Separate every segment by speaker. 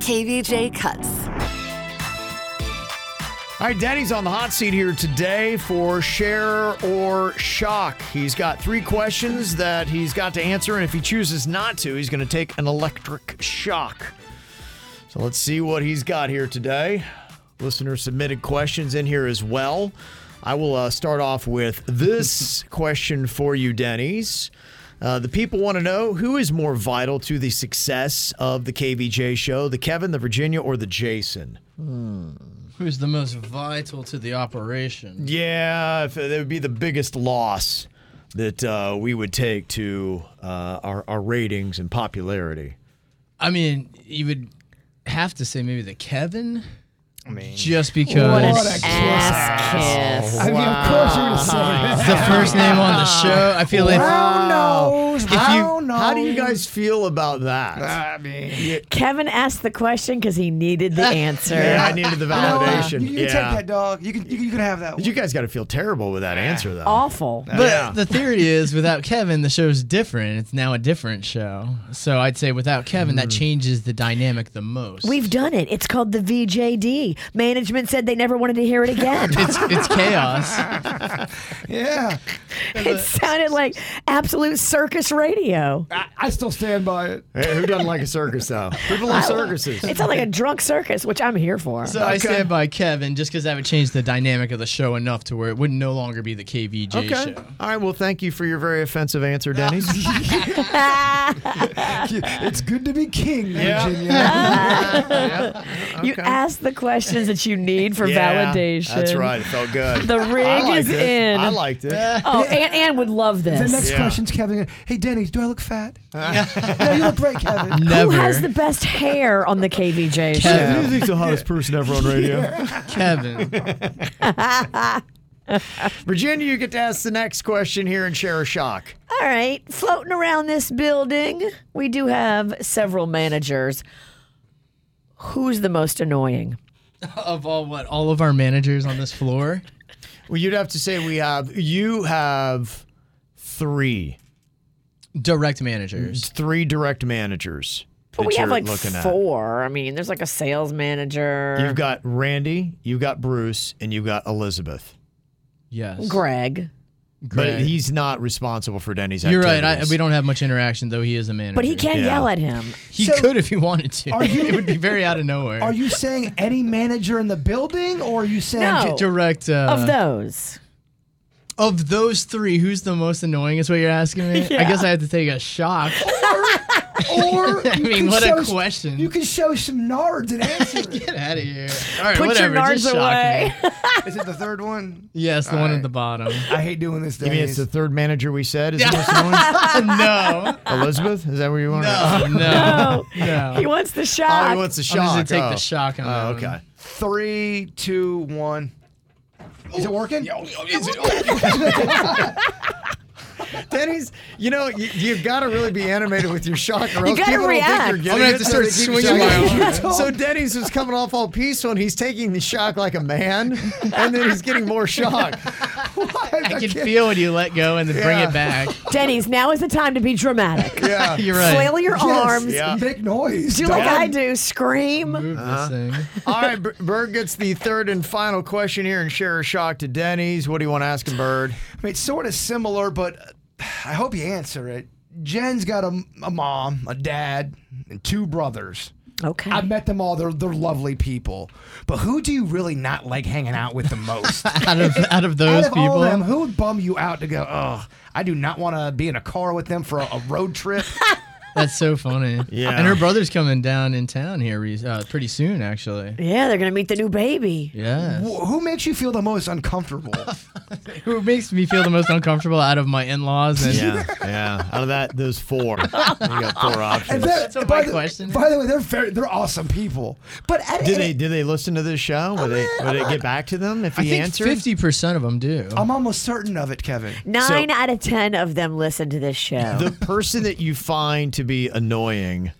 Speaker 1: KVJ Cuts.
Speaker 2: All right, Danny's on the hot seat here today for share or shock. He's got three questions that he's got to answer, and if he chooses not to, he's going to take an electric shock. So let's see what he's got here today. Listener submitted questions in here as well. I will uh, start off with this question for you, Denny's. Uh, the people want to know who is more vital to the success of the KVJ show, the Kevin, the Virginia, or the Jason?
Speaker 3: Who's the most vital to the operation?
Speaker 2: Yeah, if, that would be the biggest loss that uh, we would take to uh, our, our ratings and popularity.
Speaker 3: I mean, you would have to say maybe the Kevin,
Speaker 4: I mean,
Speaker 3: just because
Speaker 4: What
Speaker 3: it's
Speaker 4: a-
Speaker 1: Ass kiss.
Speaker 4: I mean, of course you're gonna say
Speaker 3: the first name on the show. I feel like
Speaker 4: knows?
Speaker 3: you-
Speaker 4: How knows?
Speaker 2: How do you guys feel about that?
Speaker 4: I mean,
Speaker 1: Kevin asked the question because he needed the answer.
Speaker 2: Yeah, I needed the validation.
Speaker 4: you, you take
Speaker 2: yeah.
Speaker 4: that dog. You can you, you can have that. One.
Speaker 2: You guys got to feel terrible with that answer, though.
Speaker 1: Awful.
Speaker 3: But
Speaker 2: Yeah.
Speaker 3: the theory is without Kevin, the show's different. It's now a different show. So I'd say without Kevin, that
Speaker 4: Hmm.
Speaker 3: changes the dynamic the most.
Speaker 1: We've done it. It's called the VJD. Management said they never wanted to hear it again.
Speaker 3: it's it's chaos.
Speaker 4: yeah,
Speaker 1: it sounded like absolute circus radio.
Speaker 4: I, I still stand by it.
Speaker 2: Hey, who doesn't like a circus, though? People love circuses.
Speaker 1: It sounded like a drunk circus, which I'm here for.
Speaker 3: So I stand by Kevin just because that would change the dynamic of the show enough to where it would no longer be the KVJ
Speaker 2: Okay.
Speaker 3: show.
Speaker 2: All right. Well, thank you for your very offensive answer, Denny's.
Speaker 4: It's good to be king,
Speaker 2: Yeah.
Speaker 4: Virginia.
Speaker 1: You ask the questions that you need for
Speaker 2: Yeah,
Speaker 1: validation.
Speaker 2: That's right. It felt good.
Speaker 1: The rig
Speaker 2: I liked
Speaker 1: is
Speaker 2: it.
Speaker 1: in.
Speaker 2: I liked it.
Speaker 1: Oh, Aunt Anne would love
Speaker 4: The
Speaker 1: this.
Speaker 4: next
Speaker 2: Yeah.
Speaker 4: question's Kevin. Hey, Denny, do I look fat? no, you look great, Kevin.
Speaker 1: Who
Speaker 3: Never.
Speaker 1: has the best hair on the KVJ show?
Speaker 3: Kevin.
Speaker 2: Who do you think's the hottest person ever on radio?
Speaker 3: Kevin.
Speaker 2: Virginia, you get to ask the next question here and share a shock.
Speaker 1: All right, floating around this building, we do have several managers. Who's the most annoying?
Speaker 3: of all what all of our managers on this floor.
Speaker 2: Well, you'd have to say we have you have three
Speaker 3: Direct managers.
Speaker 2: three direct managers.
Speaker 1: But
Speaker 2: that
Speaker 1: we have
Speaker 2: you're
Speaker 1: like
Speaker 2: looking at.
Speaker 1: four. I mean, there's like a sales manager,
Speaker 2: You've got Randy, you've got Bruce, and you've got Elizabeth.
Speaker 3: Yes.
Speaker 1: Greg,
Speaker 2: But he's not responsible for Denny's.
Speaker 3: You're right. I,
Speaker 2: activities.
Speaker 3: we don't have much interaction, though he is a manager.
Speaker 1: but he can
Speaker 2: Yeah.
Speaker 1: yell at him.
Speaker 3: He
Speaker 4: So-
Speaker 3: could if he wanted to.
Speaker 4: Are you-
Speaker 3: it would be very out of nowhere.
Speaker 4: Are you saying any manager in the building, or are you saying
Speaker 1: No.
Speaker 3: direct uh,
Speaker 1: of those,
Speaker 3: of those three? Who's the most annoying? Is what you're asking me? I guess I have to take a shock.
Speaker 4: or
Speaker 3: I
Speaker 4: you
Speaker 3: mean,
Speaker 4: can
Speaker 3: what a
Speaker 4: show s-
Speaker 3: question.
Speaker 4: You can show some nards and answer. it.
Speaker 3: Get out of here. All right,
Speaker 1: Put your
Speaker 3: whatever.
Speaker 1: nards
Speaker 3: Just shock
Speaker 1: away.
Speaker 3: me.
Speaker 4: Is it the third one?
Speaker 3: Yes, the one at the bottom.
Speaker 4: I hate doing this.
Speaker 2: You mean it's the third manager we said is the most annoying?
Speaker 3: no,
Speaker 2: Elizabeth? Is that where you want
Speaker 3: no,
Speaker 2: to?
Speaker 3: no,
Speaker 1: he
Speaker 3: no.
Speaker 1: wants the
Speaker 2: Oh,
Speaker 1: shot.
Speaker 2: he wants the
Speaker 3: I'm
Speaker 2: shock.
Speaker 3: just gonna take
Speaker 2: oh.
Speaker 3: the shock on
Speaker 2: Oh,
Speaker 3: that one.
Speaker 2: okay.
Speaker 4: Three, two, one. Is it working?
Speaker 2: Denny's, you know, you, you've got to really be animated with your shock, or else
Speaker 1: gotta
Speaker 2: people
Speaker 1: react.
Speaker 2: don't think you're getting
Speaker 3: I'm gonna have
Speaker 2: it,
Speaker 3: to
Speaker 2: so
Speaker 3: start
Speaker 2: they keep
Speaker 3: swinging
Speaker 2: shocking
Speaker 4: my
Speaker 2: you.
Speaker 4: arm.
Speaker 2: So Denny's is coming off all peaceful, and he's taking the shock like a man, and then he's getting more shock.
Speaker 3: I can feel when you let go and then bring
Speaker 2: Yeah.
Speaker 3: it back.
Speaker 1: Denny's, now is the time to be dramatic.
Speaker 2: Yeah.
Speaker 3: You're right.
Speaker 1: Flail your arms.
Speaker 2: Yeah.
Speaker 4: Make noise.
Speaker 1: Do like
Speaker 4: dog.
Speaker 1: I do, scream.
Speaker 3: Move
Speaker 2: Uh-huh.
Speaker 3: this thing.
Speaker 2: All right, Bir- Bird gets the third and final question here, and share a shock to Denny's. What do you want to ask him, Bird?
Speaker 4: I mean, it's sort of similar, but uh, I hope you answer it. Jen's got a, a mom, a dad, and two brothers.
Speaker 1: Okay.
Speaker 4: I've met them all. They're they're lovely people. But who do you really not like hanging out with the most?
Speaker 3: out of out of
Speaker 4: Out
Speaker 3: those
Speaker 4: of
Speaker 3: people.
Speaker 4: all of them, who would bum you out to go? Oh, I do not want to be in a car with them for a, a road trip.
Speaker 3: That's so funny.
Speaker 2: Yeah.
Speaker 3: And her brother's coming down in town here re- uh, pretty soon, actually.
Speaker 1: yeah, they're gonna meet the new baby.
Speaker 3: Yeah.
Speaker 4: Wh- who makes you feel the most uncomfortable?
Speaker 3: Who makes me feel the most uncomfortable out of my in-laws and
Speaker 2: Yeah, yeah. Out of that, there's four. You got four options.
Speaker 4: That-
Speaker 3: That's what
Speaker 4: by
Speaker 3: my
Speaker 4: the,
Speaker 3: question is.
Speaker 4: By the way, they're very they're awesome people. But at,
Speaker 2: Did
Speaker 4: at-
Speaker 2: they did they listen to this show? Would they would it get back to them if
Speaker 3: I
Speaker 2: he
Speaker 3: think
Speaker 2: answered?
Speaker 3: fifty percent of them do.
Speaker 2: Oh.
Speaker 4: I'm almost certain of it, Kevin.
Speaker 1: Nine out of ten of them listen to this show.
Speaker 2: The person that you find to be annoying,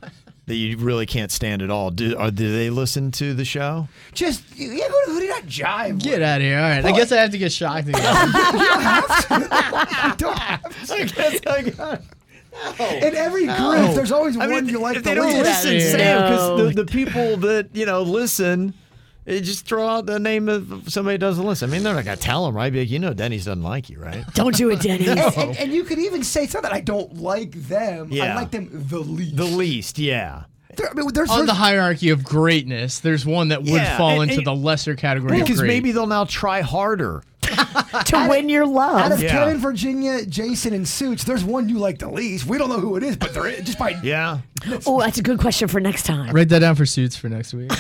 Speaker 2: that you really can't stand at all, do, are, do they listen to the show?
Speaker 4: Just yeah, who, who did I jive?
Speaker 3: Get out of here! All right, I guess I have to get shocked again.
Speaker 4: with? Don't have to.
Speaker 2: I guess I got
Speaker 4: In every group, there's always
Speaker 2: I
Speaker 4: one
Speaker 2: mean,
Speaker 4: you like
Speaker 2: if
Speaker 4: the
Speaker 2: they don't
Speaker 4: least.
Speaker 2: listen,
Speaker 3: Yeah.
Speaker 2: Sam,
Speaker 1: No.
Speaker 2: because the, the people that you know listen, eh, just throw out the name of somebody who doesn't listen. I mean, they're not gonna tell them, right? Be like, you know, Denny's doesn't like you, right?
Speaker 1: Don't do it, Denny.
Speaker 4: And, and, and you could even say it's not that I don't like them. I
Speaker 2: Yeah.
Speaker 4: like them the least.
Speaker 2: The least, yeah.
Speaker 4: There- I mean, there's,
Speaker 3: On the
Speaker 4: there's-
Speaker 3: hierarchy of greatness, there's one that would
Speaker 2: Yeah,
Speaker 3: fall
Speaker 2: and-
Speaker 3: into
Speaker 2: and-
Speaker 3: the lesser category. of
Speaker 2: Because
Speaker 3: great.
Speaker 2: maybe they'll now try harder.
Speaker 1: to win your
Speaker 4: out of
Speaker 1: love.
Speaker 2: Yeah.
Speaker 4: Kevin, Virginia, Jason, and Suits, there's one you like the least. We don't know who it is, but there is just by
Speaker 2: Yeah.
Speaker 1: Oh, that's a good question for next time.
Speaker 3: write that down for suits for next week.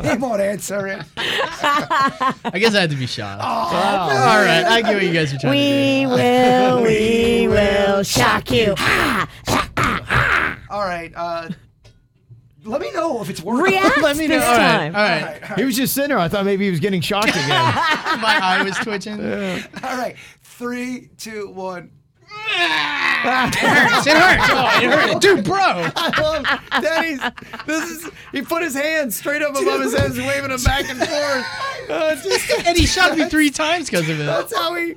Speaker 4: they won't answer it.
Speaker 3: I guess I had to be shocked. All right, I get what you guys are trying to do.
Speaker 1: We will, we will shock you.
Speaker 4: All right, uh, let me know if it's working.
Speaker 1: React
Speaker 3: Let me know.
Speaker 1: this
Speaker 3: All right,
Speaker 1: time.
Speaker 3: all right.
Speaker 2: He was just sitting there. I thought maybe he was getting shocked again.
Speaker 3: My eye was twitching. It
Speaker 4: All right, three, two, one.
Speaker 3: hurts. It hurts. Oh, it hurts, dude, bro.
Speaker 2: Daddy's, this is, he put his hands straight up above his head, waving them back and forth. Uh, just,
Speaker 3: And he shot me three times because of it.
Speaker 2: that's how he.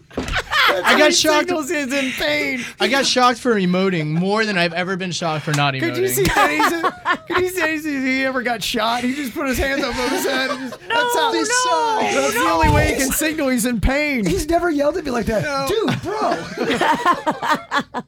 Speaker 3: I got shocked.
Speaker 2: Signals is in pain.
Speaker 3: I got shocked for emoting more than I've ever been shocked for not emoting.
Speaker 2: Could you see Daddy's? could you see Daddy's, if he ever got shot? He just put his hands up above his head. And just, that's how
Speaker 3: no,
Speaker 2: That's the only way he can signal he's in pain.
Speaker 4: He's never yelled at me like that. Dude, bro.